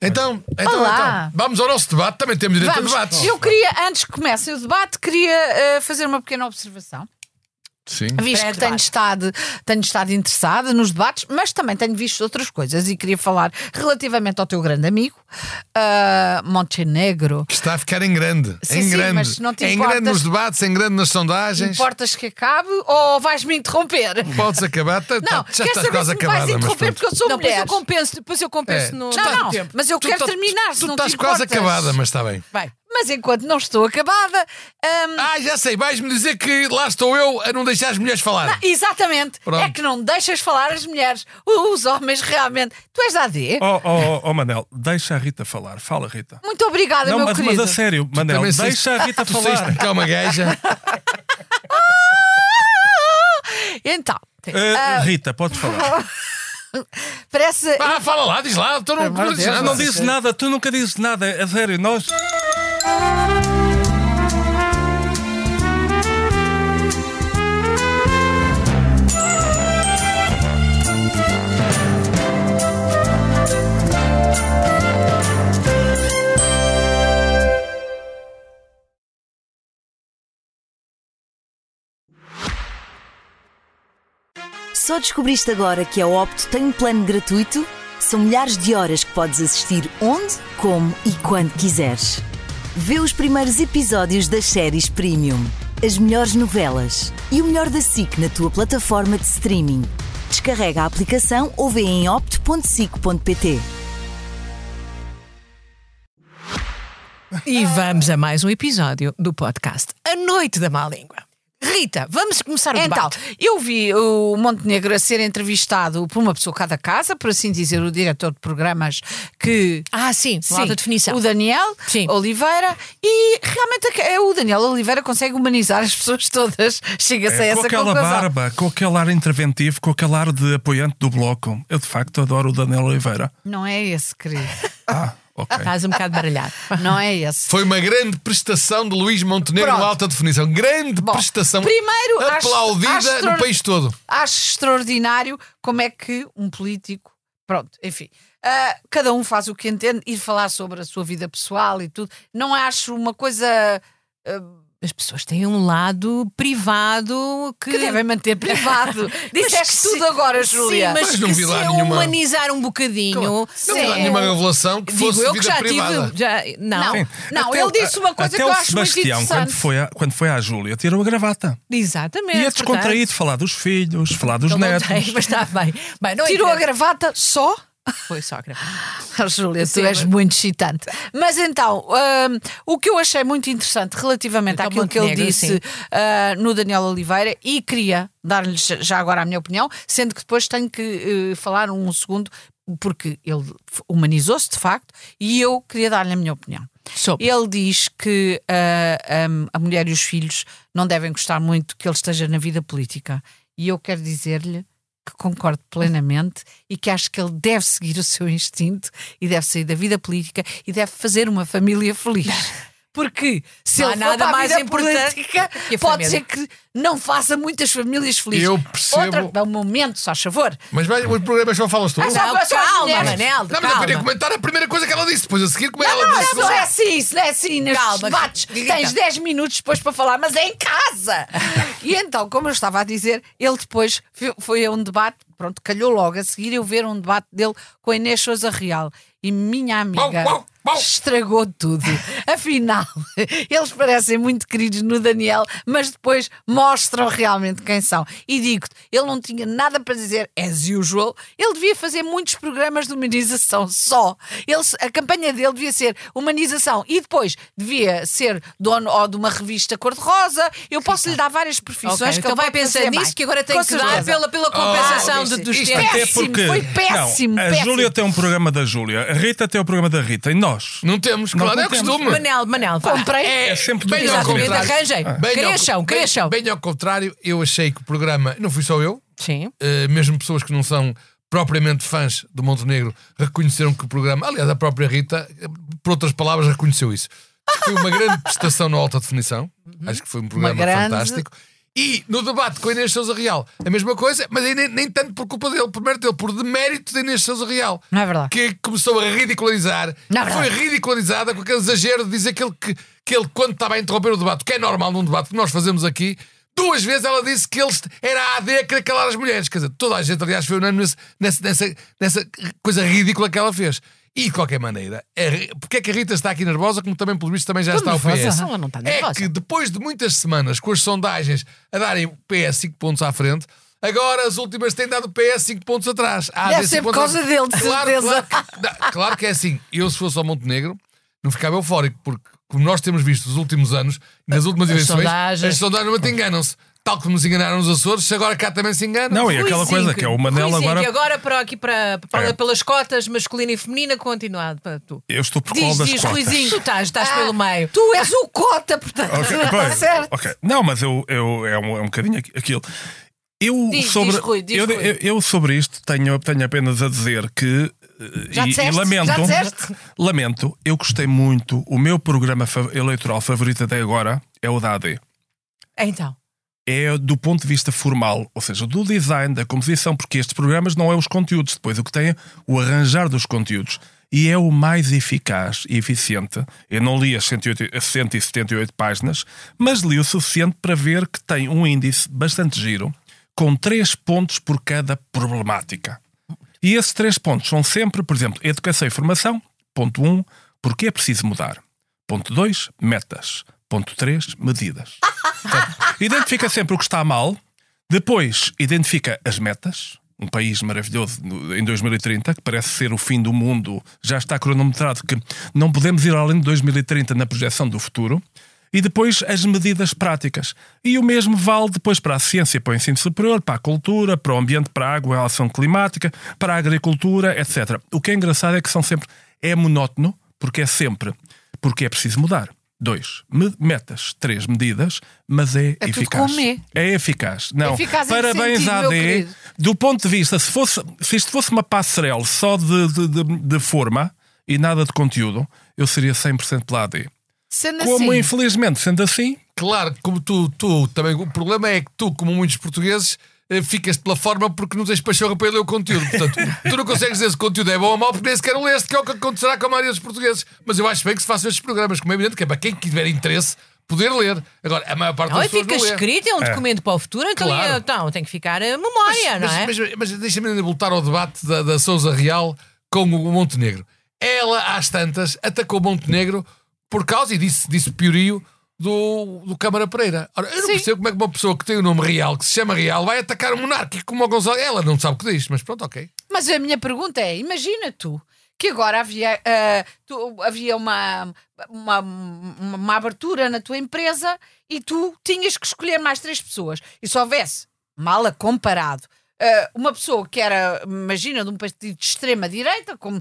Então, então, Olá. então, vamos ao nosso debate. Também temos direito Vamos. a debates. Eu queria, antes que comece o debate, queria eh, fazer uma pequena observação. Sim. Visto que Pré-debate. tenho estado, tenho estado interessada nos debates, mas também tenho visto outras coisas e queria falar relativamente ao teu grande amigo, ah, Montenegro. Que está a ficar em grande. Sim, em sim, grande. mas não te em importas- grande nos debates, em grande nas sondagens. Importas que acabe ou vais-me interromper? Podes acabar. Tá- Não, tá- já quero estás quase saber se me vais acabada. mas interromper pronto. porque eu sou Não, depois mulher. eu compenso, depois eu compenso É, no. tu Não, tá- não, tempo. mas eu Tu quero tá- terminar, se Tu não te estás quase importas. acabada, mas está bem. Vai. Mas enquanto não estou acabada. ehm, ahm, Ah, já sei, vais-me dizer que lá estou eu a não deixar as mulheres falar. Exatamente, Pronto. é que não deixas falar as mulheres, os homens realmente. Tu és da AD? Oh, oh, oh, oh, Manel, deixa a Rita falar. Fala, Rita. Muito obrigada, Não, meu mas, mas querido. a sério, Manel, também deixa saíste- a Rita tu saíste falar. de cá uma gaja. Então, Ah, Rita, podes falar. parece. Ah, fala lá, diz lá. Tu não, amor de Deus, Ah, não dizes nada, tu nunca dizes nada. A sério, nós. Só descobriste agora que a Opto tem um plano gratuito? São milhares de horas que podes assistir onde, como e quando quiseres. Vê os primeiros episódios das séries Premium, as melhores novelas e o melhor da SIC na tua plataforma de streaming. Descarrega a aplicação ou vê em opto.sic.pt. E vamos a mais um episódio do podcast A Noite da Má Língua. Rita, vamos começar o Então, debate. eu vi o Montenegro a ser entrevistado por uma pessoa cada casa, por assim dizer, o diretor de programas que. Ah, sim, sim, alta definição. O Daniel Sim. Oliveira, e realmente é- o Daniel Oliveira consegue humanizar as pessoas todas. Chega-se a É, essa com aquela conclusão. barba, com aquele ar interventivo, com aquele ar de apoiante do bloco. Eu, de facto, adoro o Daniel Oliveira. Não é esse, querido. Ah, ok. Estás um bocado baralhado. Não é esse. Foi uma grande prestação de Luís Montenegro Pronto. na alta definição. Grande Bom, prestação. primeiro, acho- aplaudida acho extraor- no país todo. Acho extraordinário como é que um político. Pronto, enfim. ah, cada um faz o que entende, ir falar sobre a sua vida pessoal e tudo. Não acho uma coisa As pessoas têm um lado privado que. que devem manter privado. Disseste Mas que tudo se- agora, Júlia. Sim, mas, Mas não que vi se lá eu nenhuma- humanizar um bocadinho. Não vi lá Sim. nenhuma revelação que Digo fosse eu que vida já privada. um tive. Já, não. Não. Sim. Não, Até ele o- disse uma coisa até que eu o acho muito Sebastião, quando interessante. foi, à, quando foi à Júlia, tirou a gravata. Exatamente. E é portanto. descontraído falar dos filhos, falar dos Ele é? não netos. tem, mas está bem. Bem, não Tirou a interessa. gravata só? Foi só a gravar. Ah, Júlia, tu Sim, és mas- muito excitante. Mas então, hum, o que eu achei muito interessante relativamente Então, àquilo que ele Montenegro, disse sim. ah, no Daniel Oliveira, e queria dar-lhe já agora a minha opinião, sendo que depois tenho que eh, falar um segundo, porque ele humanizou-se de facto, e eu queria dar-lhe a minha opinião. Sobre. Ele diz que ah, hum, a mulher e os filhos não devem gostar muito que ele esteja na vida política. E eu quero dizer-lhe que concordo plenamente e que acho que ele deve seguir o seu instinto e deve sair da vida política e deve fazer uma família feliz. Porque se Não ele há for nada para a mais vida importante política, que a pode família. ser que não faça muitas famílias felizes. Eu percebo- Outra, um momento, só a favor. Mas vai, os programas só falas tu. Ah, já- não, Só- só as calma, mulheres. Manel, mas eu calma. queria comentar a primeira coisa que ela disse. Depois a seguir, como ela Não, disse. não é assim, isso não é assim. Nestes Calma, debates Rita. tens 10 minutos depois para falar, mas é em casa. e então, como eu estava a dizer, ele depois fe- foi a um debate, pronto, calhou logo a seguir eu ver um debate dele com a Inês Souza Real. E minha amiga. Bom, bom, bom. Estragou tudo. Afinal, eles parecem muito queridos no Daniel, mas depois mostram realmente quem são. E digo-te, ele não tinha nada para dizer, as usual. Ele devia fazer muitos programas de humanização só. Ele, a campanha dele devia ser humanização e depois devia ser dono ou de uma revista cor-de-rosa. Eu posso lhe dar várias profissões Ok, que então ele vai pode fazer pensando nisso mais. que agora tem Com que dar certeza. pela, pela compensação Ah, de- dos isto tempos. até Péssimo, foi péssimo, não, a péssimo. Júlia tem um programa da Júlia, a Rita tem o programa da Rita e nós. Não temos, Não, claro, não é o temos. costume. Manel, Manel, vá. Comprei. É sempre bem tudo ao igual. Exatamente, contrário. Ah. arranjem. Bem ao- Cresçam, bem- cresçam. Bem ao contrário, eu achei que o programa. Não fui só eu, Sim. eh, mesmo pessoas que não são propriamente fãs do Montenegro reconheceram que o programa, aliás, a própria Rita, eh, por outras palavras, reconheceu isso. Foi uma grande prestação na alta definição. Acho que foi um programa grande. fantástico. E no debate com a Inês Sousa Real, a mesma coisa, mas aí nem, nem tanto por culpa dele, primeiro dele, por demérito da Inês Sousa Real. Não é verdade. Que começou a ridicularizar. Não é verdade. foi ridicularizada com aquele exagero de dizer que ele, que, que ele, quando estava a interromper o debate, que é normal num debate que nós fazemos aqui, duas vezes ela disse que ele era a AD a querer calar as mulheres. Quer dizer, toda a gente, aliás, foi unânime nesse- nessa, nessa, nessa coisa ridícula que ela fez. E de qualquer maneira, é, ri- porque é que a Rita está aqui nervosa, como também, pelo visto, também já Tô está o nervosa. PS? Ela não está é nervosa. que depois de muitas semanas com as sondagens a darem o PS 5 pontos à frente, agora as últimas têm dado o PS 5 pontos atrás. A Deve AD ser cinco É por pontos causa dele, de é- claro, certeza. Claro que, não, claro que é assim. Eu, se fosse ao Montenegro, não ficava eufórico, porque, como nós temos visto nos últimos anos, nas últimas as eleições, sondagens. as sondagens não te enganam-se. Tal como nos enganaram nos Açores, se agora cá também se enganam. Não, e aquela Ruizinho, coisa que é o Manel Ruizinho, agora. E agora para aqui para, para- É. pelas cotas masculina e feminina continuado para tu. Eu estou por Diz, causa das diz, cotas. Ruizinho, tu estás, Ah. estás pelo meio. Ah, Tu és o cota, portanto. Ok, Está pois, tá certo. ok. Não, mas eu, eu é, um, é um bocadinho aqui- aquilo. Eu Diz, sobre diz, Rui, diz, eu, Rui. eu- eu sobre isto tenho, tenho apenas a dizer que eh, Já e, disseste, e lamento, já disseste. lamento, eu gostei muito. O meu programa fa- eleitoral favorito até agora é o da AD. Então, É do ponto de vista formal, ou seja, do design, da composição, porque estes programas não é os conteúdos, depois o que tem é o arranjar dos conteúdos. E é o mais eficaz e eficiente. Eu não li as 108 as 178 páginas, mas li o suficiente para ver que tem um índice bastante giro, com três pontos por cada problemática. E esses três pontos são sempre, por exemplo, educação e formação, ponto 1, um, porque é preciso mudar. Ponto 2, metas. Ponto 3, medidas. Portanto, identifica sempre o que está mal, depois identifica as metas. Um país maravilhoso no- em 2030, que parece ser o fim do mundo, já está cronometrado que não podemos ir além de 2030 na projeção do futuro. E depois as medidas práticas. E o mesmo vale depois para a ciência, para o ensino superior, para a cultura, para o ambiente, para a água, a ação climática, para a agricultura, etc. O que é engraçado é que são sempre. É monótono, porque é sempre. Porque é preciso mudar. Dois, me- metas. Três, medidas, mas é, É tudo eficaz. com E. É eficaz. Não, Eficaz em que parabéns sentido, à meu AD. querido? Do ponto de vista, se, fosse, se isto fosse uma passarela só de, de, de- de forma e nada de conteúdo, eu seria 100% pela AD. Sendo Como, assim, infelizmente, sendo assim, Claro, como tu, tu também. O problema é que tu, como muitos portugueses, eh, ficas pela forma porque não tens paixão para ler o conteúdo. Portanto, tu não consegues dizer se o conteúdo é bom ou mau porque nem sequer o leste, que é o que acontecerá com a maioria dos portugueses. Mas eu acho bem que se façam estes programas, como é evidente que é para quem tiver interesse poder ler. Agora, a maior parte não, das e pessoas fica não lê. escrito, é um documento para o futuro, então, Claro. é- então tem que ficar a Ah, memória, não é? Mas, mas- mas deixa-me ainda voltar ao debate da, da Souza Real com o Montenegro. Ela, às tantas, atacou o Montenegro por causa, e disse, disse piorio, do, do Câmara Pereira. Ora, eu não Sim. percebo como é que uma pessoa que tem o nome Real, que se chama Real, vai atacar um monárquico como o Gonzalo. Ela não sabe o que diz, mas pronto, ok. mas a minha pergunta é: imagina tu que agora havia, ah, tu- havia uma, uma, uma, uma abertura na tua empresa e tu tinhas que escolher mais três pessoas e se houvesse, mal a comparado, ah, uma pessoa que era, imagina, de um partido de extrema-direita, como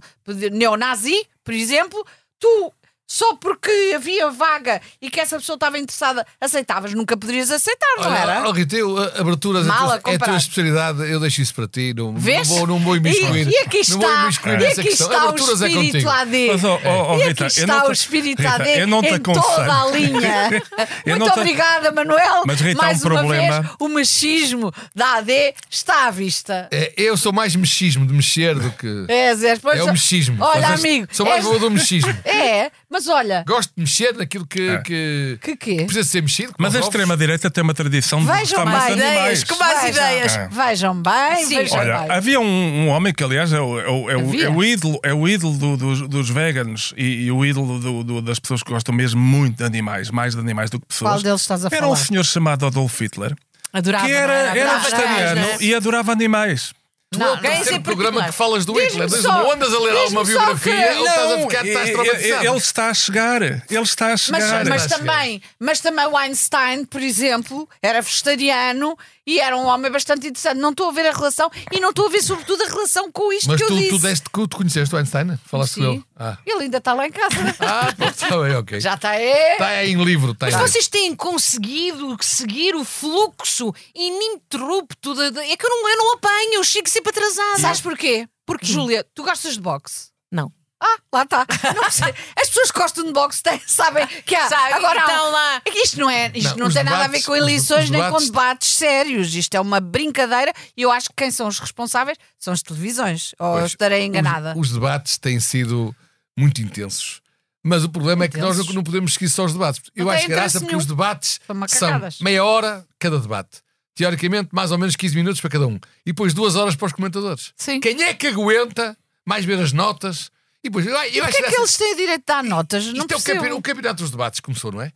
neonazi, por exemplo, tu só porque havia vaga e que essa pessoa estava interessada, aceitavas, nunca poderias aceitar, não era? Olha, Rita, eu, a- aberturas é a Mal tua- é a a tua comparar. especialidade, eu deixo isso para ti, não, não Vês? vou, não vou imiscuir. E, e aqui está, não vou imiscuir e nessa aqui questão. está o aberturas é espírito contigo. AD. Mas, ó, ó, ó, e Rita, aqui eu não está te- o espírito Rita, AD eu não te em toda a aconselho. linha. Eu Muito não te- obrigada, Manuel. Mas, Rita, há Mais um uma problema. vez, o machismo da AD está à vista. É, Eu sou mais mexismo de mexer do que. É, Zé, depois É o só- mexismo. Olha, Vocês- amigo. é- Sou mais és- favor do mexismo. É, mas olha, Gosto de mexer naquilo que, que, que quê? precisa ser mexido. como é Ah. Mas a os ovos. extrema-direita tem uma tradição de Vejam gostar mais de bem, animais. que mais Vejam. ideias. É. Vejam bem, Sim. vejam Olha, bem. havia um, um homem que, aliás, é o, é o- é o- Havia? é o ídolo, é o ídolo do- dos, dos veganos e, e o ídolo do- do- das pessoas que gostam mesmo muito de animais, mais de animais do que pessoas. Qual deles estás a Era falar? um senhor chamado Adolf Hitler, Adorava, que não era, era Ah, Adorava, vegetariano não é? e adorava animais. Tu Não, não, é não, o esse em terceiro programa particular. que falas do Diz-me Hitler. Diz só- não andas a ler diz-me alguma só que- biografia ou estás a ficar, estás e- e- traumatizado. ele está a chegar, ele está a chegar. Mas, mas acho que é. também, mas também o Einstein, por exemplo, era vegetariano e era um homem bastante interessante. Não estou a ver a relação e não estou a ver, sobretudo, a relação com isto Mas que eu tu, disse. tu deste tu conheceste o Einstein? Falaste Sim. com ele? Ah, Ele ainda está lá em casa. ah pronto, está bem, ok. Já está é, aí. Está aí em livro. Está Mas em livro. vocês têm conseguido seguir o fluxo ininterrupto de, de- é que eu não, eu não apanho, eu chego sempre atrasada. Sabes porquê? Porque, Júlia, tu gostas de boxe. Não. Ah, lá está. Não precisa- As pessoas que gostam de boxe têm- sabem que há. Sabe, agora há estão um- lá. É que Isto não, é, isto Não, não, os tem nada a ver debates- com os- eleições os nem com debates- debates sérios. Isto é uma brincadeira e eu acho que quem são os responsáveis são as televisões. Ou eu Pois, estarei é enganada. Os, os debates têm sido muito intensos. Mas o problema é que nós Intensos. não, não podemos seguir só os debates. Eu Não tem acho graça é interesse porque nenhum. os debates São são macacadas. meia hora cada debate. Teoricamente, mais ou menos 15 minutos para cada um. E depois duas horas para os comentadores. Sim. Quem é que aguenta mais ver as notas? E depois, eu, eu Por acho que é que graça- eles têm direito de dar notas? Não Isto é o, percebo. campe- o campeonato dos debates que começou, não é?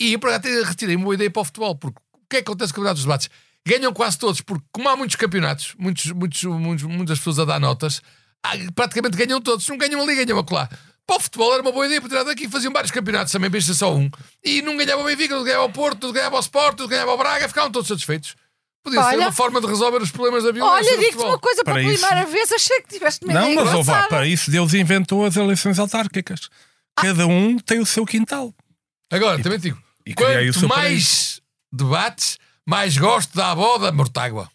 E eu por acaso retirei uma boa ideia para o futebol, porque o que é que acontece com o campeonato dos debates? Ganham quase todos, porque como há muitos campeonatos, muitos, muitos, muitos- muitas pessoas a dar notas, há- praticamente ganham todos. Não ganham ali, ganham acolá. Para o futebol era uma boa ideia para tirar daqui, faziam vários campeonatos também, para este ser só um. E não ganhava o Benfica, não ganhava o Porto, não ganhava o Sport, não ganhava o Braga, ficavam todos satisfeitos. Podia ser Olha. uma forma de resolver os problemas da violência. Olha, no digo-te futebol. uma coisa Para pela isso- primeira vez, achei que tiveste uma Não, ideia mas ó, vá, engraçada. para isso Deus inventou as eleições autárquicas. Cada um tem o seu quintal. Agora, também te digo, e criei o quanto seu mais debates, mais gosto da avó da Mortágua.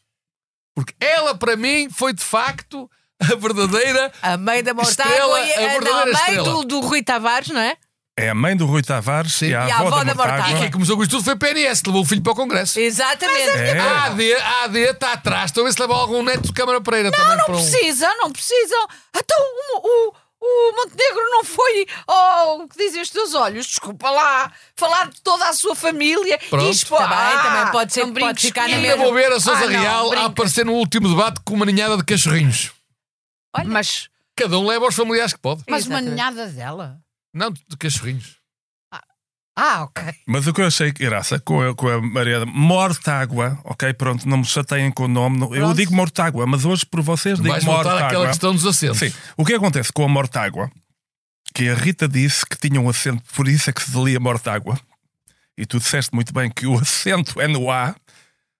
Porque ela, para mim, foi de facto a verdadeira. A mãe da Mortágua Estrela, e a a, não, a verdadeira mãe estrela. do, do Rui Tavares, não é? É a mãe do Rui Tavares e a E a avó, da, Mortágua. E Ah. quem começou com isto tudo foi PNS, levou o filho para o Congresso. Exatamente. É. A AD, a AD está atrás, estão a ver se leva algum neto de Câmara Pereira também para um. Precisa, não precisam. Então o, o, o Montenegro não foi oh, o que dizem os teus olhos. Desculpa lá. Falar de toda a sua família. Pronto. e expor- Tá bem, Ah, também pode ser- não brinques pode ficar na Ainda comigo. vou ver a Sousa Ah, não, Real a brinca. aparecer no último debate com uma ninhada de cachorrinhos. Mas, Cada um leva os familiares que pode. mas uma Exatamente. ninhada dela. Não, de cachorrinhos. Ah, ok. Mas o que eu achei que graça com a, com a Maria Mortágua, ok? Pronto, não me chateiem com o nome. não- Eu Pronto. digo Mortágua, mas hoje por vocês digo Vais voltar àquela Mortágua. questão dos assentos. Sim. O que acontece com a Mortágua? Que a Rita disse que tinha um acento, por isso é que se delia Mortágua. E tu disseste muito bem que o acento é no A,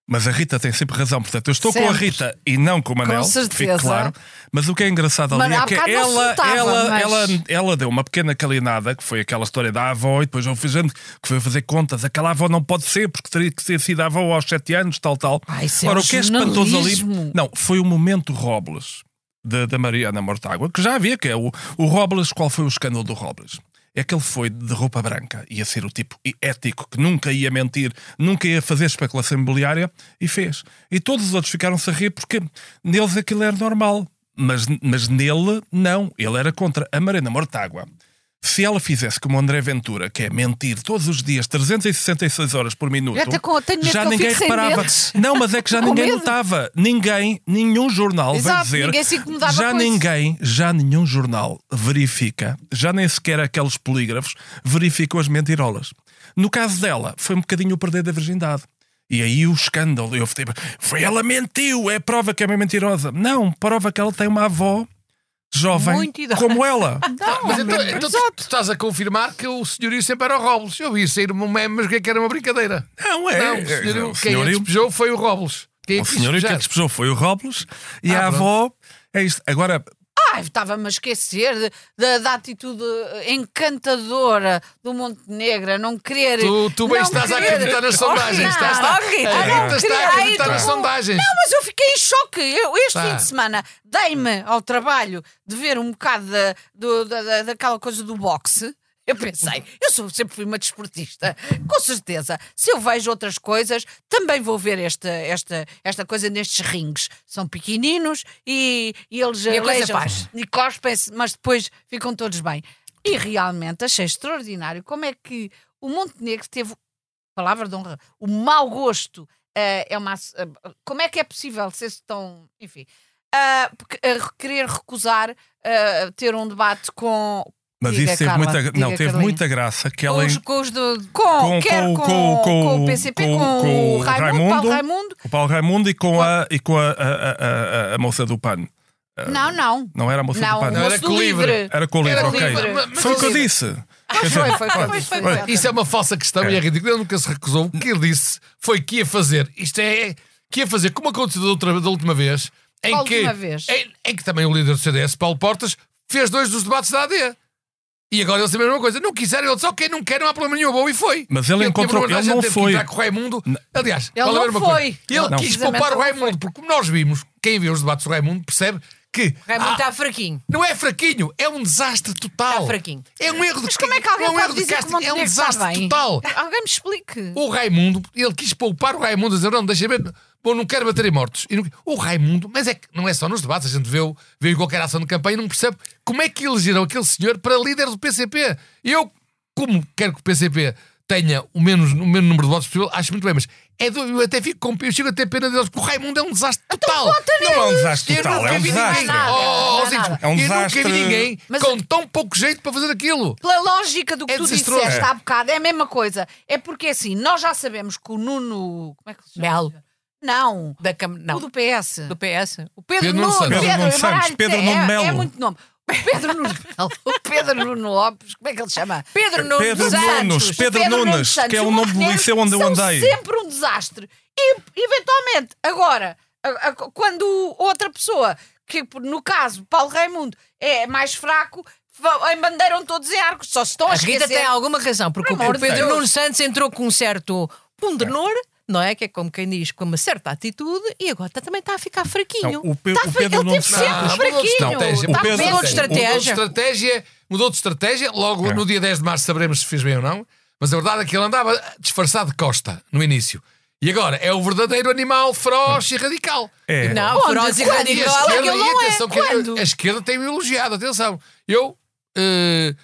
mas a Rita tem sempre razão. Portanto, eu estou com a Sempre. Rita e não com o Manel. Com certeza. fique claro. Mas o que é engraçado ali Mas é há que bocado não se ela, notava, ela, mas- ela, ela deu uma pequena calinada, que foi aquela história da avó, e depois houve gente que foi fazer contas. Aquela avó não pode ser, porque teria que ter sido avó aos 7 anos, tal, tal. Ah, isso é Ora, um o que é espantoso ali. jornalismo. Não, foi o momento Robles da, da Mariana Mortágua, que já havia que é o, o Robles, qual foi o escândalo do Robles? É que ele foi de roupa branca, ia ser o tipo ético que nunca ia mentir, nunca ia fazer especulação imobiliária e fez. E todos os outros ficaram-se a rir porque neles aquilo era normal, mas, mas nele não, ele era contra a Mariana Mortágua. Se ela fizesse como o André Ventura, que é mentir todos os dias, 366 horas por minuto, Já até com- tenho medo já que eu ninguém fique sem reparava. dentes. Não, mas é que já Com ninguém medo. notava. Ninguém, nenhum jornal vai Exato, dizer. ninguém se incomodava já com isso. ninguém, já nenhum jornal verifica, já nem sequer aqueles polígrafos verificam as mentirolas. No caso dela, foi um bocadinho o perder da virgindade. E aí o escândalo, eu fiquei, foi ela mentiu, é prova que é uma mentirosa. Não, prova que ela tem uma avó jovem Muito idosa. como ela. Mas então, então tu, tu estás a confirmar que o senhorio sempre era o Robles. Eu vi sair um meme, mas que era uma brincadeira. Não, é. não, o senhorio, é, quem o a senhorio- despejou foi o Robles. Quem é a o quis senhor que a despejar. despejou foi o Robles e Ah, a avó. É isto. Agora, Ai, Ah, estava-me a esquecer de- da- da atitude encantadora do Montenegro, a não querer. Tu, tu bem não estás a querer- acreditar nas sondagens. Estás, não, está, oh, Rita, a Rita está não, a querer- acreditar Ai, então nas tu- sondagens. Não, mas eu fiquei em choque. Eu, este Tá. fim de semana dei-me ao trabalho de ver um bocado da, do- da- da- daquela coisa do boxe. Eu pensei, eu sou- sempre fui uma desportista, com certeza. Se eu vejo outras coisas, também vou ver esta, esta, esta coisa nestes rings. São pequeninos e, e eles a coisa aleijam faz. e cospem-se, mas depois ficam todos bem. E realmente achei extraordinário como é que o Montenegro teve palavra de honra, o mau gosto eh, é uma. ass- eh, como é que é possível ser tão. Enfim. ah, porque, ah, querer recusar ah, ter um debate com. Mas Diga, isso teve, Carla, muita, diga, não, teve Carlinha. muita graça que Com ela. os, com os do, com, Com- quer com- com, com- com com- o PCP, com- com, com o o Raimundo, Paulo Raimundo. Raimundo. O Paulo Raimundo e com a, e com a, a- a- a- a moça do PAN. Não, não. Ah. Não era a moça do Não, PAN. o Não, era moço com o do livre. livre. Era com o livro, Era ok. livre, mas- mas Foi o que eu livre. disse. Quer Foi, dizer, foi, foi, foi, foi, foi, foi. foi. Isso é uma falsa questão e é ridículo. Ele nunca se recusou. O que ele disse foi que ia fazer. Isto é. Que ia fazer, como aconteceu da, outra, da última vez. Em Qual que, última vez? Em, em que também o líder do CDS, Paulo Portas, fez dois dos debates da AD. E agora eles sabem a mesma coisa. Não quiseram, ele disse, ok, não quero, não há problema nenhum, eu vou e foi. Mas ele tinha encontrou- problema, ele a gente não teve foi. Que entrar com o Raimundo. Aliás, Ele vale a não mesma foi. coisa. Ele Não. quis Precisamente poupar o ele não Raimundo, porque como nós vimos, quem viu os debates do Raimundo percebe que. Raimundo ah, está É fraquinho. Não é fraquinho, é um desastre total. Está fraquinho. É um erro de Tá Mas como é que não alguém é um pode erro de dizer que casting, é um Montenegro está desastre bem? total. Alguém me explique. O Raimundo, ele quis poupar o Raimundo a dizer: não, deixa ver, bom, não quero bater em mortos. E não- o Raimundo, mas é que não é só nos debates, a gente vê, o- vê em qualquer ação de campanha e não percebe como é que elegeram aquele senhor para líder do PCP. Eu, como quero que o PCP tenha o menos, o menos número de votos possível, acho muito bem, mas é do- eu até fico com, eu chego a ter pena de Deus, porque o Raimundo é um desastre total. Não é um desastre Eu total, nunca é um vi desastre. ninguém. Não é nada, Oh, não é Zito, nada. É um eu desastre. nunca vi ninguém Mas- com tão pouco jeito para fazer aquilo. Pela lógica do que É tu desastroso. disseste É. há bocado, é a mesma coisa. É porque assim, nós já sabemos que o Nuno. Como é que se chama? Melo. Não, Da Câmara. Não. o do PS. do PS. O Pedro, Pedro Nuno. Nuno Santos. Pedro Pedro, Nuno Santos, Santos, Pedro Nuno é, Melo. É muito nome. O Pedro Nuno Melo, o Pedro Nuno Lopes, como é que ele se chama? Pedro Nuno Pedro dos Santos. Nunes. O Pedro Nuno Nunes, Santos que é e o nome do Montenegro liceu onde eu são andei. sempre um desastre. E, eventualmente, agora, a- a- quando outra pessoa, que no caso Paulo Raimundo, é mais fraco, va- embandeiram todos em arcos, só se estão a A Rita esquecer. tem alguma razão, porque Por o amor Pedro de Deus. Nuno Santos entrou com um certo pondenor, não é? Que é como quem diz, com uma certa atitude, e agora tá- também está a ficar fraquinho. Não, o Pe- Tá o fe- Pedro ele Nuno é teve sempre Santos- fraquinho. Não, estratégia. Tá bem. O Pedro- Mudou de Mudou de estratégia. estratégia, mudou de estratégia. Logo É. no dia 10 de março saberemos se fez bem ou não. Mas a verdade é que ele andava disfarçado de Costa no início. E agora é o verdadeiro animal feroz e radical. É. Não, Onde? feroz e Quando? E a radical, esquerda, aquilo e não é. atenção, que eu- Quando? a esquerda tem-me elogiado, atenção. Eu eh,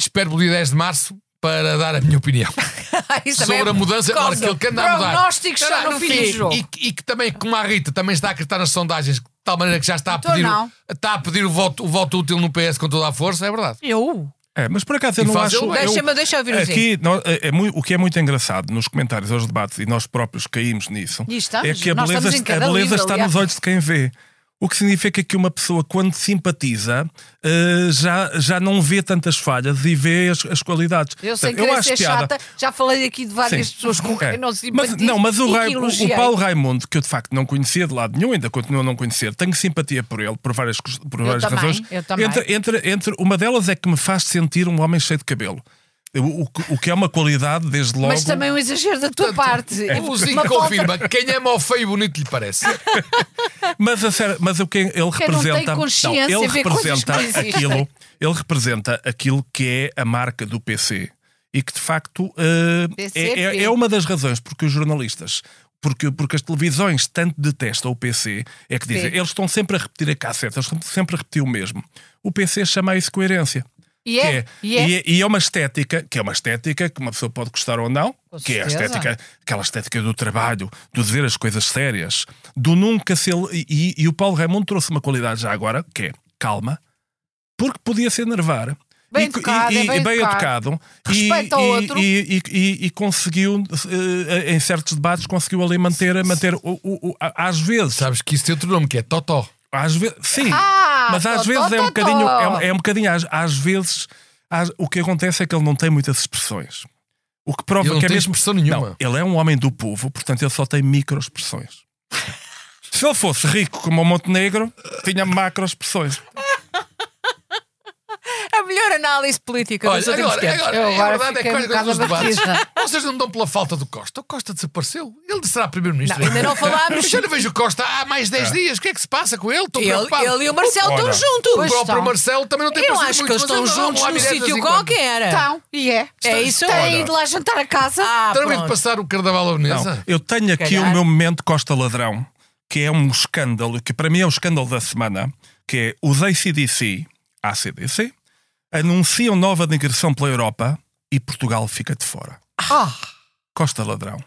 espero pelo dia 10 de março para dar a minha opinião Isso também é sobre a mudança causa. claro, que ele que anda a mudar. Prognósticos Era, são no fim do e- jogo. E, que- e que também, como a Rita também está a acreditar nas sondagens, de tal maneira que já está a Então pedir, o, não. está a pedir o, voto, o voto útil no PS com toda a força, é verdade. Eu? É, mas por E acaso eu não faz acho. ele bem. eu- Deixa-me deixa eu ouvir o Zé. Aqui, nó- é- é mui- o que é muito engraçado nos comentários aos debates, e nós próprios caímos nisso, E estamos, é que a nós beleza, estamos em cada a beleza livro, está aliás. nos olhos de quem vê. O que significa que uma pessoa, quando simpatiza, eh, já, já não vê tantas falhas e vê as, as qualidades. Eu sei Portanto, que querer acho ser piada. chata, já falei aqui de várias Sim. pessoas com quem É. não se mas, Não, mas o, Rai- Raio, o- o Paulo Raimundo, que eu de facto não conhecia de lado nenhum, ainda continuo a não conhecer, tenho simpatia por ele, por várias, cos- por várias também, razões. eu também. Entre, entre, entre- uma delas é que me faz sentir um homem cheio de cabelo. O, o que- o que é uma qualidade, desde logo. Mas é também um exagero da tua parte. O Uma Zinho falta- confirma que quem ama o feio e bonito lhe parece. Mas, a sério, mas o que ele tem representa. consciência ele vê coisas que representa não existem. aquilo. Ele representa aquilo que é a marca do PC. E que de facto eh, é, é- é uma das razões porque os jornalistas. Porque, porque as televisões tanto detestam o PC, é que dizem, eles estão sempre a repetir a casseta, eles estão sempre a repetir o mesmo. O PC chama a isso coerência. E é, Que e é. e e é uma estética, que é uma estética que uma pessoa pode gostar ou não, que é a certeza. estética, aquela estética do trabalho, do dizer as coisas sérias, do nunca ser. E, e- e o Paulo Raimundo trouxe uma qualidade já agora, que é calma, porque podia se enervar. Bem e, tocado, e, é e- bem e bem tocado. educado. Respeito e, ao e- outro. E, e- e- e conseguiu, eh, em certos debates, conseguiu ali manter, manter o, o- o- a- às vezes, Sabes que isso tem outro nome, que é Totó. às vezes, sim, Ah, mas tó, às vezes tó, é um tó, tó. bocadinho, é, um- é um bocadinho às, às vezes, às- o que acontece é que ele não tem muitas expressões. O que prova Ele não que é tem mesmo expressão nenhuma. Não, ele é um homem do povo, portanto ele só tem micro expressões. Se ele fosse rico como o Montenegro, tinha macro expressões. A melhor análise política dos Olha, últimos agora, tempos. agora, Eu a agora verdade é que quase fiquei um bocado todos os debates. abatida. Vocês não dão pela falta do Costa. O Costa desapareceu. Ele será primeiro-ministro. Não, ainda não falámos. Mas eu não vejo o Costa há mais Ah. 10 dias. O que é que se passa com ele? Estou preocupado. Ele, ele e o Marcelo estão Ora. O juntos. próprio estão. Marcelo também não tem Eu parecido acho muito, que eles mas estão não, não, juntos há num diretas sítio em quando. qualquer. Então, e é. É isso? Tem ido lá jantar a casa. Ah, Terão ido pronto. passar o carnaval Não, Aveneza? eu tenho aqui Calhar. o meu momento Costa Ladrão, que é um escândalo, que para mim é o escândalo da semana, que é os ACDC, ACDC, anunciam nova digressão pela Europa e Portugal fica de fora. Costa Ladrão.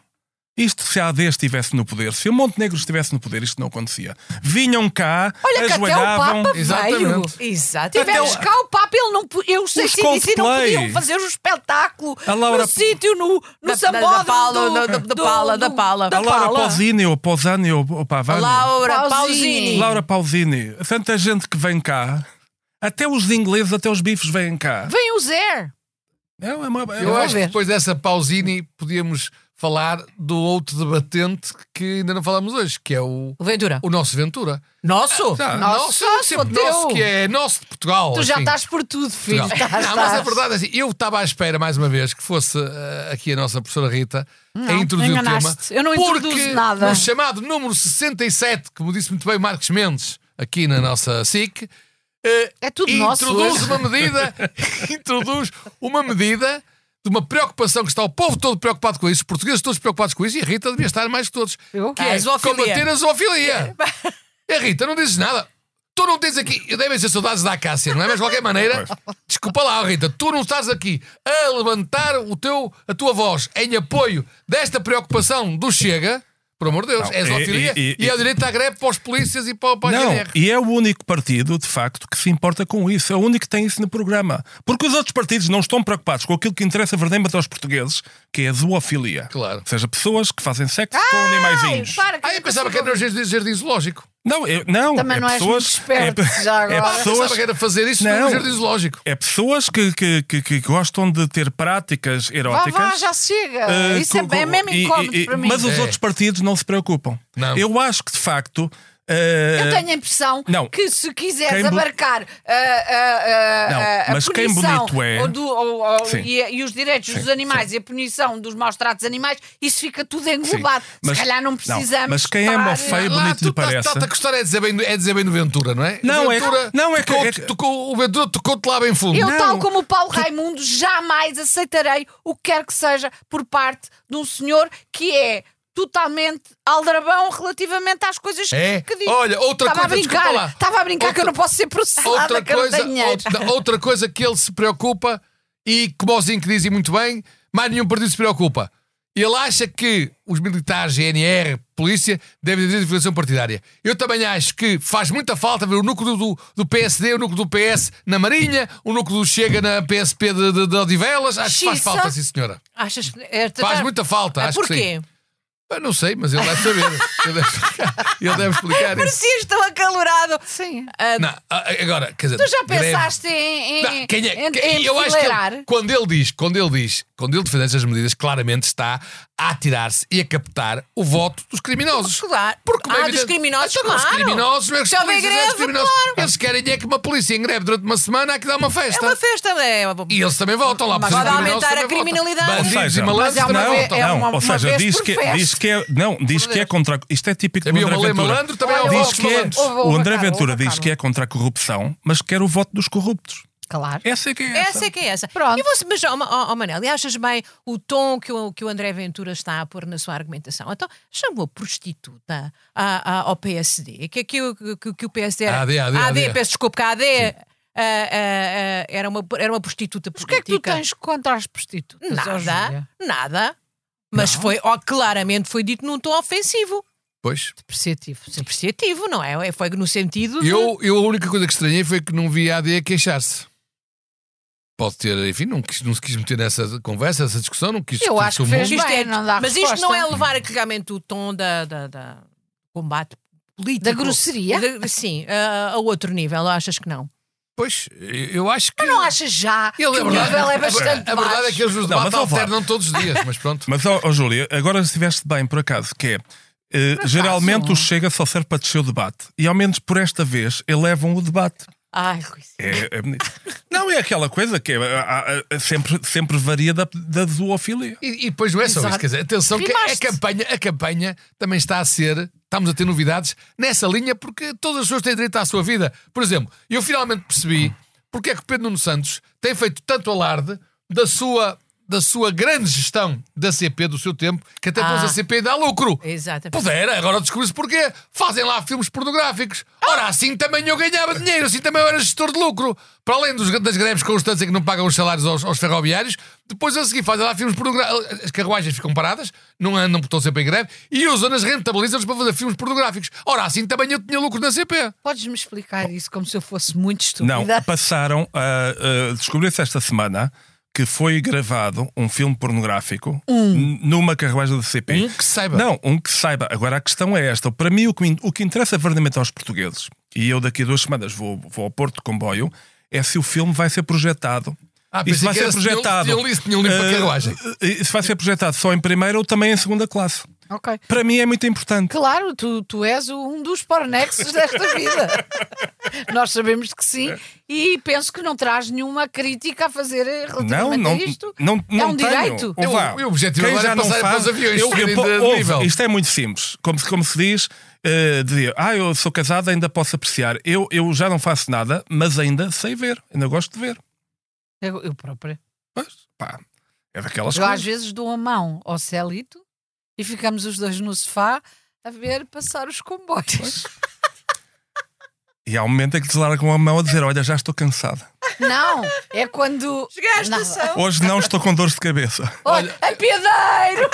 Isto se a AD estivesse no poder, se o Montenegro estivesse no poder, isto não acontecia. Vinham cá, Olha que até o ajoelhavam. Papa veio. Exatamente. Exato. Tivemos Tivemos- cá o Papa, ele não, po- eu sei Os que disse, não Coldplay. podiam fazer o espetáculo A Laura- no sítio, no, da- no da Paula, sambódromo da- do, da- da Paula, da Paula. a A da Laura Paula. Pausini, ou Pausani, ou, ou Pavani. Laura Pausini. Pausini. Laura Pausini. Tanta gente que vem cá. Até os ingleses, até os bifes vêm cá. Vem o Zé. É uma- é Eu uma- acho que depois dessa pausini podíamos falar do outro debatente que ainda não falamos hoje, que é o, O Ventura. o nosso Ventura. Nosso? Já, Nosso, nosso, sempre teu. nosso, que é nosso de Portugal. Tu já assim. estás por tudo, filho. Portugal. Estás, Não, mas a estás. verdade é assim, eu estava à espera, mais uma vez, que fosse eh, aqui a nossa professora Rita a introduzir o tema. enganaste. Eu não porque introduzo nada. no chamado número 67, como disse muito bem o Marcos Mendes, aqui na nossa SIC. eh, É tudo nosso introduz hoje. uma medida, introduz uma medida de uma preocupação que está o povo todo preocupado com isso, os portugueses todos preocupados com isso e a Rita devia estar mais que todos. Eu? Que Ah, é a zoofilia. combater a zoofilia. A Rita, não dizes nada. Tu não tens aqui. Devem ser saudades da Cássia, não é? Mas de qualquer maneira, desculpa lá, Rita, tu não estás aqui a levantar o teu, a tua voz em apoio desta preocupação do Chega. Por amor de Deus, Não, é e- zoofilia e, e- e- é o direito à greve para os polícias e para, para a Não, GNR. e é o único partido, de facto, que se importa com isso. É o único que tem isso no programa. Porque os outros partidos não estão preocupados com aquilo que interessa verdadeiramente aos portugueses, que é a zoofilia. Claro. Ou seja, pessoas que fazem sexo com animaizinhos. Para, Ah, eu pensava que era no jardim, jardim zoológico. Não, é, não, Também é não és pessoas, muito esperto, é- já é Ah, agora. eu pessoas pensava que era fazer isso um no Não. jardim zoológico. É pessoas que, que, que, que gostam de ter práticas Vá, eróticas. vá, já chega. eh, Isso é com- bem- é com- mesmo e- incómodo e- para mim. Mas os É. outros partidos não se preocupam. Não. Eu acho que, de facto. eh, Eu tenho a impressão Não. que se quiseres Quem bo- abarcar ah, ah, ah, Não, ah, a mas quem punição bonito é- ou do- ou- ou- Sim. e, e os direitos dos animais e a punição dos maus-tratos animais, isso fica tudo englobado. mas- se calhar não não, precisamos. mas quem é estar- homofóbo- Bem bonito tu lhe parece. Está, está, a gostar é dizer bem, é dizer bem do Ventura, não é? Não, o é- Ventura não, é que- tocou, é que- tocou- O Ventura tocou-te lá bem fundo. Eu, Não. tal como o Paulo Raimundo, jamais aceitarei o que quer que seja por parte de um senhor que é totalmente aldrabão relativamente às coisas É. que diz. Olha, outra Estava coisa, a desculpa lá. brincar, estava a brincar que eu não posso ser processada, outra que eu não coisa, tenho dinheiro. outra, outra coisa que ele se preocupa e que Bozinho que diz e muito bem, mais nenhum partido se preocupa. Ele acha que os militares, GNR, polícia, devem ter diferenciação partidária. Eu também acho que faz muita falta ver o núcleo do, do PSD, o núcleo do PS na Marinha, o núcleo do Chega na PSP de, de, de Odivelas. Acho que faz Xiça. falta, sim, senhora. Achas que. é Faz muita falta, acho que sim. Porquê? Eu não sei, mas ele deve saber. ele, deve explicar, ele deve explicar isso. Parecias é tão acalorado. Sim. Ah, Não, a- agora, quer dizer, Tu já greve. pensaste em, em, Não, quem é- em, quem- em eu acho que fileirar? ele, quando ele diz, quando ele diz, quando ele defende estas medidas, claramente está a atirar-se e a captar o voto dos criminosos. Claro. Porque, bem ah, dos evidente- criminosos, Então, claro. Os criminosos, é que os Já houve polícias, é que os greve, criminosos. claro. Eles querem é que uma polícia em greve durante uma semana há que dar uma É festa. uma festa. É uma... E eles também votam lá. Mas porque os pode criminosos aumentar a também votam. criminalidade. Ou Bandidos seja, e malandros mas é uma também ve- votam. é não, uma- ou uma seja, vez diz por que, festa. diz que é, não, diz que é contra isto é típico do Havia André uma lei Ventura. malandro, também há Olha, um diz houve voto que é, malandro. malandros. Houve, o houve, André Carla, Ventura houve, diz Carla. que é contra a corrupção, mas quer o voto dos corruptos. Claro. Essa é que é essa. Essa é que é essa. Pronto. E você, mas, ó, ó, ó, Manel, e achas bem o tom que o, que o André Ventura está a pôr na sua argumentação? Então, chamou prostituta a- a- ao PSD. Que, que, que, que o PSD era. AD, AD, AD. peço desculpa, que a AD ah, ah, ah, era, uma, era uma prostituta Mas o que é que tu política. tens contra as prostitutas? ó Nada, Júlia? nada. Mas foi, ó, claramente foi dito num tom ofensivo. Pois. Depreciativo, sim. Depreciativo, não é? É- Foi no sentido. de- Eu, eu a única coisa que estranhei foi que não vi a AD a queixar-se. Pode ter, enfim, não, quis, não se quis meter nessa conversa, nessa discussão, não quis Eu discutir acho que sobre fez- o mundo. Isto é- não dá mas isto não é resposta. levar claramente o tom da, da- da- combate político. Da grosseria? Da- sim, a, a outro nível, achas que não? Pois, eu eu acho que. Mas não achas já que Ele, a o verdade- nível é a verdade- bastante A verdade é que baixo? eles nos Não, debates mas ouve lá. alternam todos os dias, mas pronto. Mas, ó, ó, Júlia, agora estiveste bem, por acaso, que é. eh, geralmente o Chega só serve para descer o debate. E ao menos por esta vez elevam o debate. Ai, Rui. É, é bonito. Não, é aquela coisa que é, há- há- sempre, sempre varia da, da zoofilia. E, e depois não é só Exato. isso, quer dizer, atenção que a Rimaste. campanha, a campanha também está a ser, estamos a ter novidades nessa linha porque todas as pessoas têm direito à sua vida. Por exemplo, eu finalmente percebi porque é que o Pedro Nuno Santos tem feito tanto alarde da sua, da sua grande gestão da CP do seu tempo, que até pôs Ah. a CP dá lucro. Exatamente. Pudera, agora descobri-se porquê. Fazem lá filmes pornográficos. Ora, assim também eu ganhava dinheiro, assim também eu era gestor de lucro. Para além dos- das greves constantes em que não pagam os salários aos, aos ferroviários, depois a seguir fazem lá filmes pornográficos. As carruagens ficam paradas, não andam porque estão sempre em greve, e usam-nas, rentabilizam-nos para fazer filmes pornográficos. Ora, assim também eu tinha lucro na CP. Podes-me explicar isso como se eu fosse muito Não, estúpida? passaram a. a- Descobriu-se esta semana que foi gravado um filme pornográfico n- numa carruagem do CP. Um que saiba. Não, um que saiba. Agora a questão é esta. Para mim, o que, me- o que interessa verdadeiramente aos portugueses, e eu daqui a duas semanas vou, vou ao Porto de Comboio, é se o filme vai ser projetado. Ah, pensei Isso vai que ser era se tinham- projetado. tinham lido- tinham limpo a Eh, carruagem. eh, Isso vai ser projetado só em primeira ou também em segunda classe. Ok. Para mim é muito importante. Claro, tu, tu és o- um dos pornexos desta vida. Nós sabemos que sim É. e penso que não traz nenhuma crítica a fazer Não, relativamente não, a é isto. não, não é um tenho. direito. Ou vá, Eu- o objetivo quem agora já é não passar faz, para os aviões, eu- eu- de- de ouve, nível. Isto é muito simples. Como, se- como se diz, eh, dizer, ah, eu sou casado, ainda posso apreciar. Eu, eu já não faço nada, mas ainda sei ver, ainda gosto de ver. Eu, eu própria. Pois, pá, é daquelas Eu às coisas. vezes dou a mão ao Celito e ficamos os dois no sofá a ver passar os comboios. E há um momento em que te largam a mão a dizer, olha, já estou cansada. Não, é quando. Cheguei à Não. estação. Hoje não estou com dores de cabeça. Olha, a é piedeiro!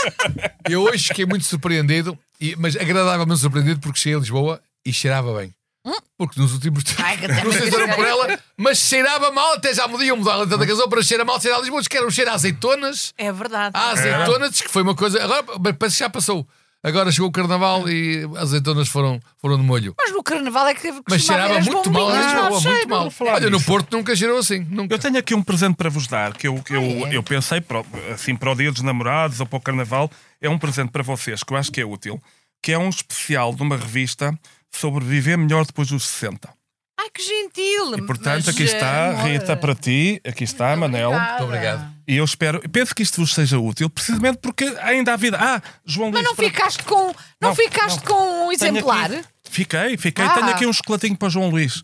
Eu hoje fiquei muito surpreendido, e- mas agradavelmente surpreendido porque cheguei a Lisboa e cheirava bem. Porque nos últimos tempos. Ai, que até Não sei se era me- por ela, mas cheirava mal, até já me iam mudar a letra da canção para cheira mal, cheira a Lisboa, diz que era um cheiro a azeitonas. É verdade. A azeitonas, diz que foi uma coisa. Agora, mas parece que já passou. Agora chegou o carnaval e as azeitonas foram, foram de molho. Mas no carnaval é que costumava Mas ver cheirava as muito mal a bombinhas. Lisboa, muito mal. Ah, falar Olha, no disso. Porto nunca cheirou assim. Nunca. Eu tenho aqui um presente para vos dar que eu, que eu, Ah, é? eu pensei para, o- assim, para o Dia dos Namorados ou para o Carnaval. É um presente para vocês que eu acho que é útil, que é um especial de uma revista sobre viver melhor depois dos 60. Ai, que gentil. E portanto, Mas, aqui é está, eh, Rita, para ti, aqui está, Manel. Muito obrigado. E eu espero, penso que isto vos seja útil, precisamente porque ainda há vida. Ah, João Mas Luís, não para- ficaste com, não Não, ficaste não. com um tenho exemplar? aqui- Fiquei, fiquei. Ah. Tenho aqui um chocolatinho para o João Luís.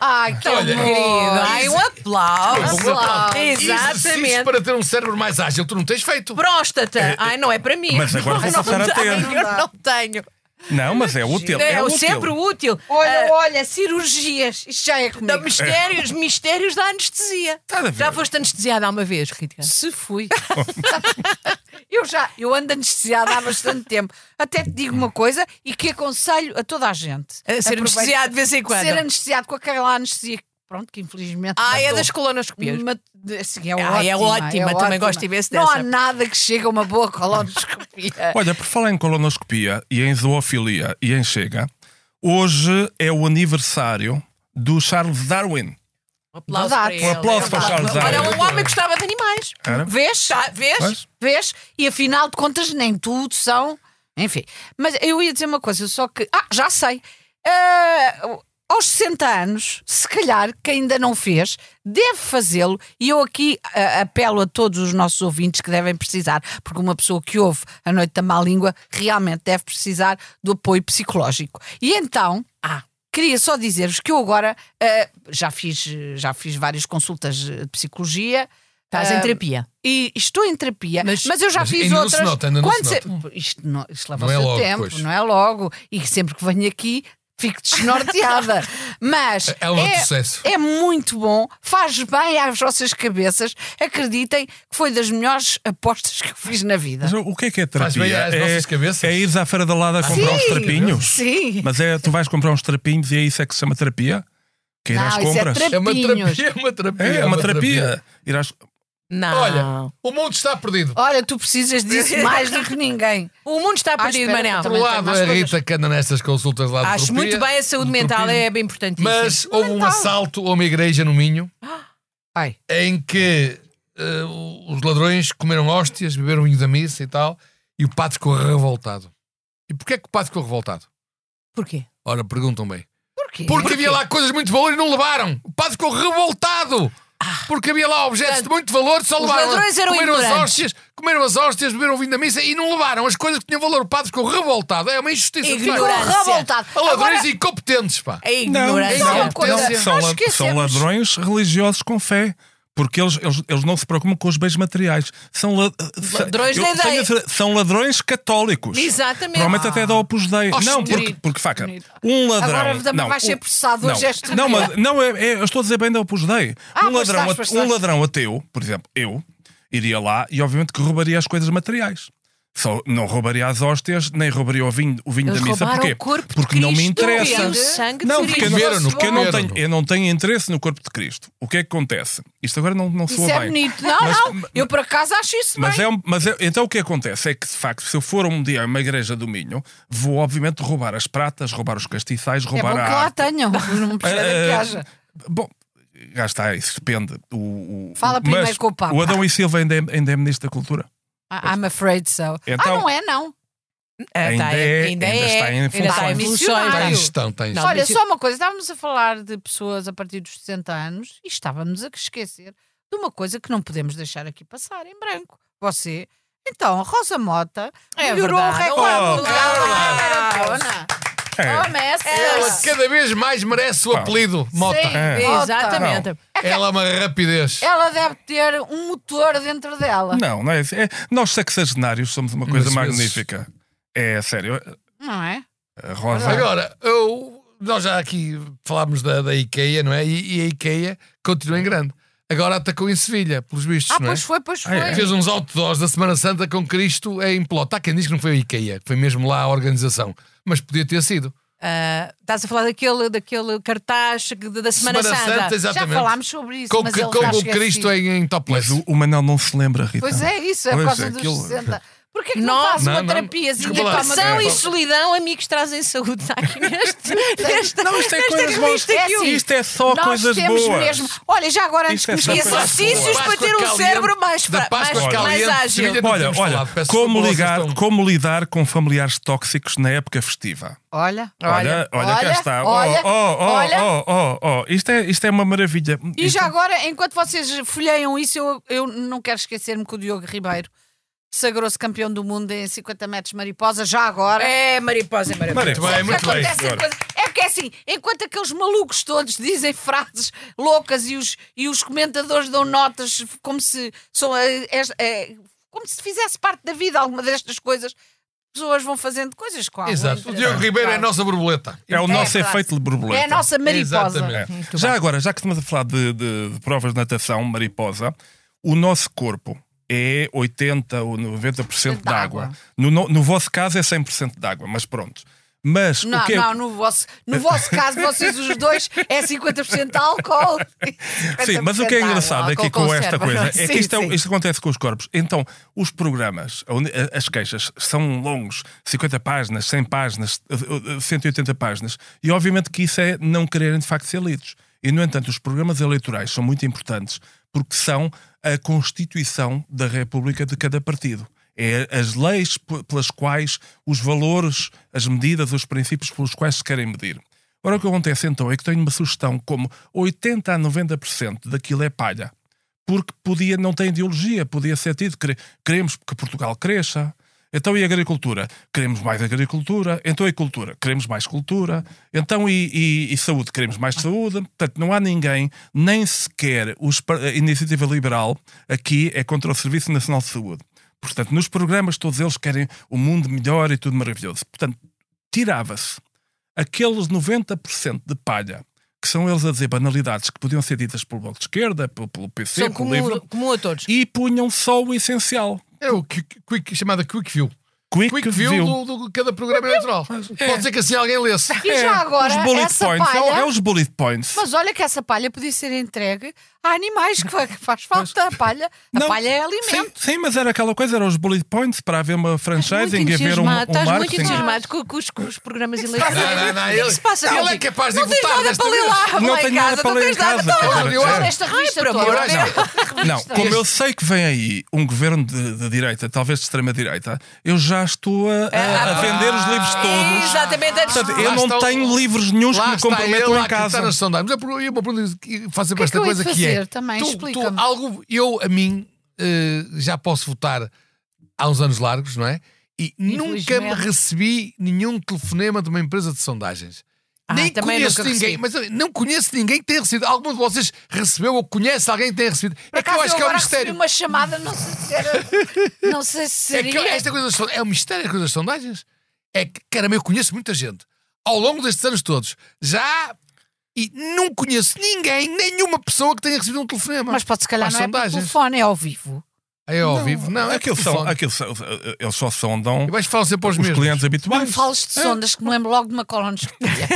Ai, Ah, que Olha, amor. Querido, ai, um Ah, aplauso. Bom, aplauso. Exercícios Exatamente. para ter um cérebro mais ágil, tu não tens feito. Próstata. Ai, não é para mim. Mas agora vou Não passar a ter. tenho, Eu não tenho. Não, mas é útil. É, É, útil. sempre útil. Olha, olha, cirurgias. um Isto já é Da comigo. mistérios, mistérios da anestesia. É. Tá a ver. Já foste anestesiada uma vez, Rita? Se fui. eu já, eu ando anestesiada há bastante tempo. Até te digo uma coisa e que aconselho a toda a gente. A ser Aproveita- anestesiado de vez em quando. Ser anestesiado com aquela anestesia. Pronto, que infelizmente. Ah, é matou. das colonoscopias. Uma- assim, é, Ah, é ótima, também gosto imenso Não dessa. há nada que chegue a uma boa colonoscopia. Olha, por falar em colonoscopia e em zoofilia e em chega, hoje é o aniversário do Charles Darwin. Um aplauso Verdade. para ele. Um aplauso para o Charles Olha, Darwin. um homem que gostava de animais. Era? Vês? Tá, vês? Pois. Vês? E afinal de contas, nem tudo são. Enfim. Mas eu ia dizer uma coisa, só que. Ah, já sei. Ah, aos 60 anos, se calhar, quem ainda não fez, deve fazê-lo. E eu aqui ah, apelo a todos os nossos ouvintes que devem precisar, porque uma pessoa que ouve a noite da má língua realmente deve precisar do apoio psicológico. E então. Ah, Queria só dizer-vos que eu agora ah, já, fiz, já fiz várias consultas de psicologia. Estás ah, em terapia. e estou em terapia, mas, Mas- eu já mas fiz ainda não se outras. nota, ainda não Quando se se- nota. Isto, não, isto leva Não é o seu logo, tempo, pois. não é logo. E sempre que venho aqui fico desnorteada. mas É um retrocesso. é muito bom, faz bem às vossas cabeças. Acreditem que foi das melhores apostas que eu fiz na vida. Mas o que é que é Faz terapia? bem às é, nossas cabeças. é ires à feira da lada comprar uns trapinhos? Sim. um Mas é, tu vais comprar uns trapinhos e é isso é que se chama terapia? Que ir Não, às isso é compras? terapia. É uma Pinhos. terapia, é uma terapia. É, é uma Ah. terapia. Ir às- Não. Olha, o mundo está perdido. Olha, tu precisas disso mais do que ninguém. o mundo está perdido, espera, Por Manel. também um tem lado, mais a coisas. Rita que anda nestas consultas lá de Acho terapia, muito bem, a saúde de mental terapia. é bem importantíssima. Mas houve um assalto a uma igreja no Minho Ai. em que eh, os ladrões comeram hóstias, beberam vinho da missa e tal, e o padre ficou revoltado. E porquê é que o padre ficou revoltado? Porquê? Ora, perguntam bem. Porquê? Porque havia lá coisas muito valor e não levaram. O padre ficou revoltado. Porque havia lá objetos de muito valor, só Ah. os levaram. ladrões eram comeram as ignorantes. hóstias, comeram as hóstias, beberam o vinho da missa e não levaram as coisas que tinham valor. O padre ficou revoltado. É uma injustiça. de facto. Ficou Ignorância. revoltado. Há Ladrões Agora, É incompetentes, pá. Tá A Não, não, É ignorância. uma coisa. não, são, Nós la- são esquecemos. ladrões religiosos com fé. Porque eles, eles, eles não se preocupam com os bens materiais. São la- Ladrões eu da tenho ideia. a certeza- São ladrões católicos. Exatamente. Provavelmente até da Opus Dei. Oh, não, senhorita. porque, porque faca. Um ladrão. Agora também não, vais ser um- processado, não, hoje és tu Não, mesmo. mas não, é, é- eu estou a dizer bem da Opus Dei. Ah, um, pois ladrão, estás, pois um estás. ladrão ateu, por exemplo, eu, iria lá e obviamente que roubaria as coisas materiais. Só não roubaria as hóstias, nem roubaria o vinho, o vinho da Eles missa. roubaram Porquê? o corpo de porque não me Cristo interessa. e o sangue de não, Cristo. porque, eu não- Comeram-no, porque eu, não tenho, comeram-no. eu não tenho interesse no corpo de Cristo. O que é que acontece? Isto agora não, não soa isso é bem. bonito. Não, não. Eu por acaso acho isso Mas, bem. é, um- mas é- então o que acontece é que, de facto, se eu for um dia a uma igreja do Minho, vou obviamente roubar as pratas, roubar os castiçais, É roubar bom que a lá arte. tenham, não precisa que Eh, haja. Bom, já está, isso depende. O, o- Fala o- primeiro mas com o Papa. O Adão e Silva ainda é, ainda é ministro da Cultura. Ah, I'm afraid so. Então- ah, não é, não. Ah, Ainda tá, é- ainda está em está funções. evoluções. Está Claro. em gestão, está em Não, gestão. Olha, princípio- só uma coisa, estávamos a falar de pessoas a partir dos 60 anos e estávamos a esquecer de uma coisa que não podemos deixar aqui passar em branco. Você, então, a Rosa Mota É melhorou verdade. o recorde Oh, do Galo claro. na maratona. É. Oh, Messi. Ela cada vez mais merece o Pá. apelido Mota. Sim, É. Mota. Exatamente. Ela é uma rapidez. Ela deve ter um motor dentro dela. Não, não é, isso. é Nós sexagenários somos uma coisa Mas vezes- magnífica. É sério. Não, é? A Rosa. Agora, eu- nós já aqui falámos da, da IKEA, não é? E, e a IKEA continua em grande. Agora atacou em Sevilha, pelos vistos, Ah, não é? pois foi, pois Ah, foi. é. Fez uns outdoors da Semana Santa com Cristo em Plot. Há quem diz que não foi a IKEA, que foi mesmo lá a organização. Mas podia ter sido. Ah, estás a falar daquele, daquele cartaz que- da Semana, Santa. exatamente. Já falámos sobre isso, com mas que- ele com está o Cristo é esquecido. em, em topless. Mas o, o Manel não se lembra, Rita. Pois é, isso, é por Pois causa é, dos aquilo- 60. Porquê que não, Não, faz não, uma não. terapiazinha Desculpa lá. para uma Depressão É, assim, e fala- solidão, amigos trazem saúde. Está aqui neste. neste Não, isto é nesta coisas boas. revista aqui. É assim, Isto é Oh, só Nós coisas temos boas. mesmo. Olha, já agora antes Isto que é me só esqueça. coisas Exercícios Páscoa para ter um caliente, cérebro mais da fra- Páscoa mais- caliente, mais ágil. Sevilha não Olha, tínhamos olha, falado. Peço como, desculpa, vocês ligar, estão- como lidar com familiares tóxicos na época festiva? Olha, Olha, olha, cá está. Oh, olha, oh, oh, olha. oh, oh, oh. Isto, é, isto é uma maravilha. E Isto- é já agora, enquanto vocês folheiam isso, eu, eu não quero esquecer-me que o Diogo Ribeiro sagrou-se campeão do mundo em 50 metros mariposa, já agora. É, mariposa, é mariposa. Muito bem, Maravilha. muito bem. Acontecem Agora. coisas- É porque é assim, enquanto aqueles malucos todos dizem frases loucas e os, e os comentadores dão notas como se são, eh, es- eh, como se fizesse parte da vida alguma destas coisas, pessoas vão fazendo coisas com algum Ah, Exato. O interesse. Diogo Ribeiro é a nossa borboleta. É o nosso É, claro. efeito de borboleta. É É. a nossa mariposa. Exatamente. Já agora, já que estamos a falar de, de- de provas de natação mariposa, o nosso corpo é 80 ou 90% de De água. água. No, no, no vosso caso é 100% de água, mas pronto. Mas Não, o que é... não, no vosso, no vosso caso, vocês os dois, é 50% de álcool. Sim, mas o que é 50% de engraçado álcool, aqui com conserva, esta coisa não é que Sim, isto, é- sim. isto acontece com os corpos. Então, os programas, onde a- as queixas são longos, 50 páginas, 100 páginas, eh, eh, 180 páginas, e obviamente que isso é não quererem de facto ser lidos. E, no entanto, os programas eleitorais são muito importantes porque são a constituição da República de cada partido. É as leis p- pelas quais os valores, as medidas, os princípios pelos quais se querem medir. Ora, o que acontece então é que tenho uma sugestão como 80% a 90% daquilo é palha. Porque podia, não tem ideologia, podia ser tido. Quere- Queremos que Portugal cresça. Então, e a agricultura? Queremos mais agricultura. Então, e cultura? Queremos mais cultura. Então, e, e- e saúde? Queremos mais saúde. Portanto, não há ninguém, nem sequer os par- a iniciativa liberal aqui é contra o Serviço Nacional de Saúde. Portanto, nos programas todos eles querem o mundo melhor e tudo maravilhoso. Portanto, tirava-se aqueles 90% de palha que são eles a dizer banalidades que podiam ser ditas pelo Bloco de Esquerda, pelo, pelo PC, São pelo comum, Livre, comum a todos. e punham só o essencial. É o qui- quick, chamada Quick View. Quick, Quick view. View do, do- de cada programa eleitoral. Pode ser que assim alguém lesse. E já agora, é os bullet essa points. palha... É, o- é os bullet points. Mas olha que essa palha podia ser entregue a animais, que fa- faz falta a palha. A Não. palha é alimento. Sim, sim, mas era aquela coisa, eram os bullet points para haver uma Muito franchising e haver um, um entusiasmado, estás muito marketing. entusiasmado com, com os, com os programas eleitorais. Não, não, não, O que é que ele- se passa ele é contigo? capaz de Não tens votar nada desta para ler vez. lá, Não lá em tenho nada casa, para não ler em tens nada casa, para quer lá. dizer, é, Eu Olha, acho esta revista por toda. amor de Deus. Não, como eu sei que vem aí um governo de, de direita, talvez de extrema-direita, eu já estou a, a- a vender os livros todos. Exatamente, é Portanto, Lá eu não está o- tenho livros nenhuns que Lá me está ele, comprometam lá em que Está casa. nas sondagens. Mas eu- eu vou perguntar- e faço sempre é esta que eu hei coisa de que é. fazer também? tu, tu, Explica-me. algo, eu, a mim, eh, já posso votar há uns anos largos, não é? E nunca me Infelizmente. recebi nenhum telefonema de uma empresa de sondagens. Ah, Nem também conheço nunca ninguém, recebi. mas eu não conheço ninguém que tenha recebido. Algum de vocês recebeu ou conhece alguém que tenha recebido. Por É que eu acaso, acho que é um agora recebi mistério. uma chamada, não sei se era... Não sei se É que seria... esta coisa das sondagens- é um mistério a coisa das sondagens. É que, caramba, eu conheço muita gente ao longo destes anos todos. Já e não conheço ninguém, nenhuma pessoa que tenha recebido um telefonema. Mas pode se calhar Às não é por sondagens. telefone, é ao vivo. É ao vivo. Não, é aquilo por são, telefone. aquilo são, eh, eles só sondam E vais falar sempre aos os mesmos. clientes habituais. Ah, Não me fales de é. sondas que me lembro logo de uma colonoscopia.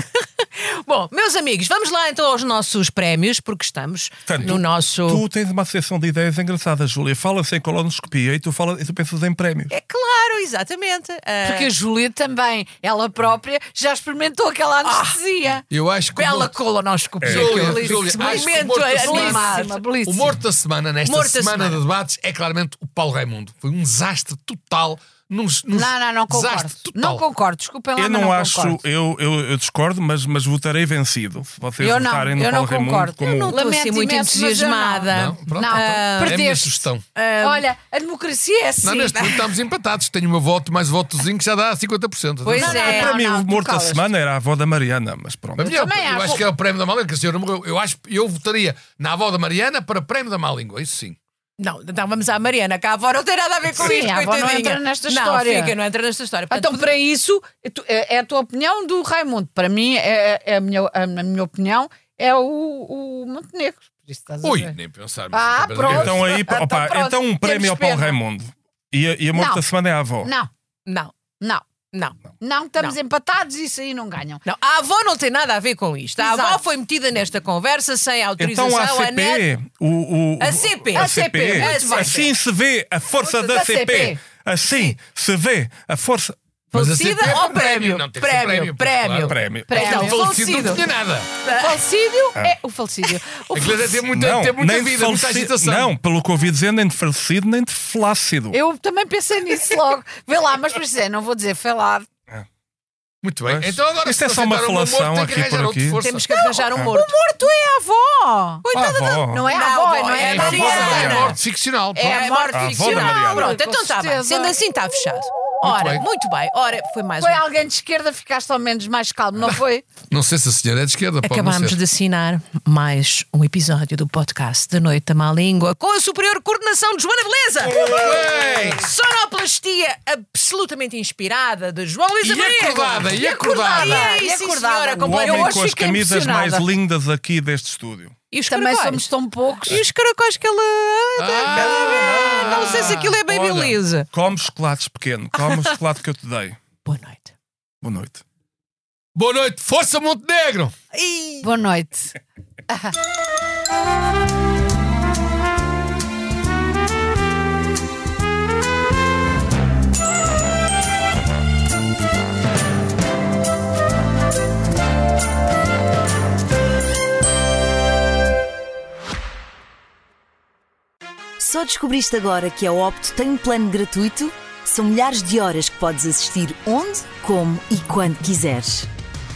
Bom, meus amigos, vamos lá então aos nossos prémios, porque estamos Portanto, no tu- nosso. Tu tens uma associação de ideias engraçadas, Júlia. Fala-se em colonoscopia e tu, fala, e tu pensas em prémios. É claro, exatamente. Ah, Porque a Júlia também, ela própria, já experimentou Ah! aquela anestesia. Eu acho que o bela morto- É. colonoscopia. Júlia, que belíssimo Júlia, acho que o momento morto da semana- belíssima, É animado. o belíssima. morto da semana, nesta Morto da semana semana. de debates, é claramente o Paulo Raimundo. Foi um desastre total num, num Não, não, não concordo. desastre total. Não concordo, desculpem lá, Eu mas não, não acho, concordo. eu, eu, eu discordo, mas, mas votarei vencido. Se vocês Eu não, votarem no eu não Paulo Raimundo concordo. como. Eu não estou Lamento assim muito imenso, mas eu não. entusiasmada. Não, pronto, Não, Ah, então, é a minha perdeste. sugestão. Olha, a democracia é assim. Não, tá. neste momento estamos empatados. Tenho uma voto mais votozinho que já dá 50%. Pois Atenção. não, é. Para mim, não, o tu morto da calas-te. semana era a avó da Mariana, mas pronto. Para mim é o- também eu acho. acho que é o prémio da má língua, que a senhora morreu. Eu, acho, eu votaria na avó da Mariana para prémio da má língua, isso sim. Não, então vamos à Mariana, que a avó não tem nada a ver com Sim, isto, a avó não coitadinha. entra nesta história. Não, fica, não entra nesta história. Portanto, Então, para isso, tu- é é a tua opinião do Raimundo. Para mim, é, é a, minha, a minha opinião é o, o Montenegro. Por isso estás a Ui, é. ver. nem pensar. Ah, Mas- pronto. Então aí, Então opa, pronto, então um temos prémio ao Paulo pena. Raimundo. E a, e a morte Não. da semana é a avó. Não, não, não, não. não, estamos Não. empatados e isso aí não ganham. Não, a avó não tem nada a ver com isto. A Exato. avó foi metida nesta conversa sem autorização. Então a a net- CP, o, o- A CP. a A CP. CP, muito bem. assim se vê a força da, da CP. CP. Assim se vê a força. Mas a Falecida CP é ou prémio? prémio? Não, tem que ser prémio, pois, Prémio, prémio. claro. Prémio. Prémio. Não, Não, Então, falecido falecido. não tinha nada. O falsídio é o falsídio. O Aquilo deve ter muita, não, ter muita nem de vida, muita faleci- agitação. Não, pelo que ouvi dizer, nem de falecido, nem de flácido. Eu também pensei nisso logo. Vê lá, mas pensei, não vou dizer felado. Muito bem. Pois. Então agora, Isto é se só uma aceitar o meu falação morto, tem que aqui por arranjar outro aqui. força. Temos que arranjar um morto. Morto é a avó. a avó. Não é a Não, avó, avó, não é é a a Avó da avó. Mariana. Mariana. Morte ficcional. É a pronto. morte avó da ficcional. Mariana. Pronto, então Com está bem. certeza. Sendo assim, está fechado. Ora, bem. muito bem. Ora, foi mais Foi um. alguém de esquerda, ficaste ao menos mais calmo, não foi? Não sei se a senhora é de esquerda. pode não Acabamos ser. de assinar mais um episódio do podcast da Noite da Má Língua com a superior coordenação de Joana Beleza. Bem, Sonoplastia absolutamente inspirada de João Luís E Abreu. acordada, e acordada. E E aí, acordada. sim, Um senhora, O O completamente. homem Eu hoje com as fiquei camisas mais impressionada. lindas aqui deste estúdio. E os Também caracóis? somos tão poucos. E os caracóis que ela... Ah! não sei se aquilo é Baby Olha, Lisa. Come chocolates pequeno, come o chocolate que eu te dei. Boa noite. Boa noite. Boa noite. Força Montenegro. Boa noite. Só descobriste agora que a Opto tem um plano gratuito? São milhares de horas que podes assistir onde, como e quando quiseres.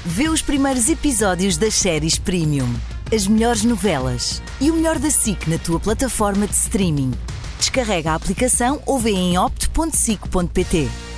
Vê os primeiros episódios das séries Premium, as melhores novelas e o melhor da SIC na tua plataforma de streaming. Descarrega a aplicação ou vê em opto.sic.pt.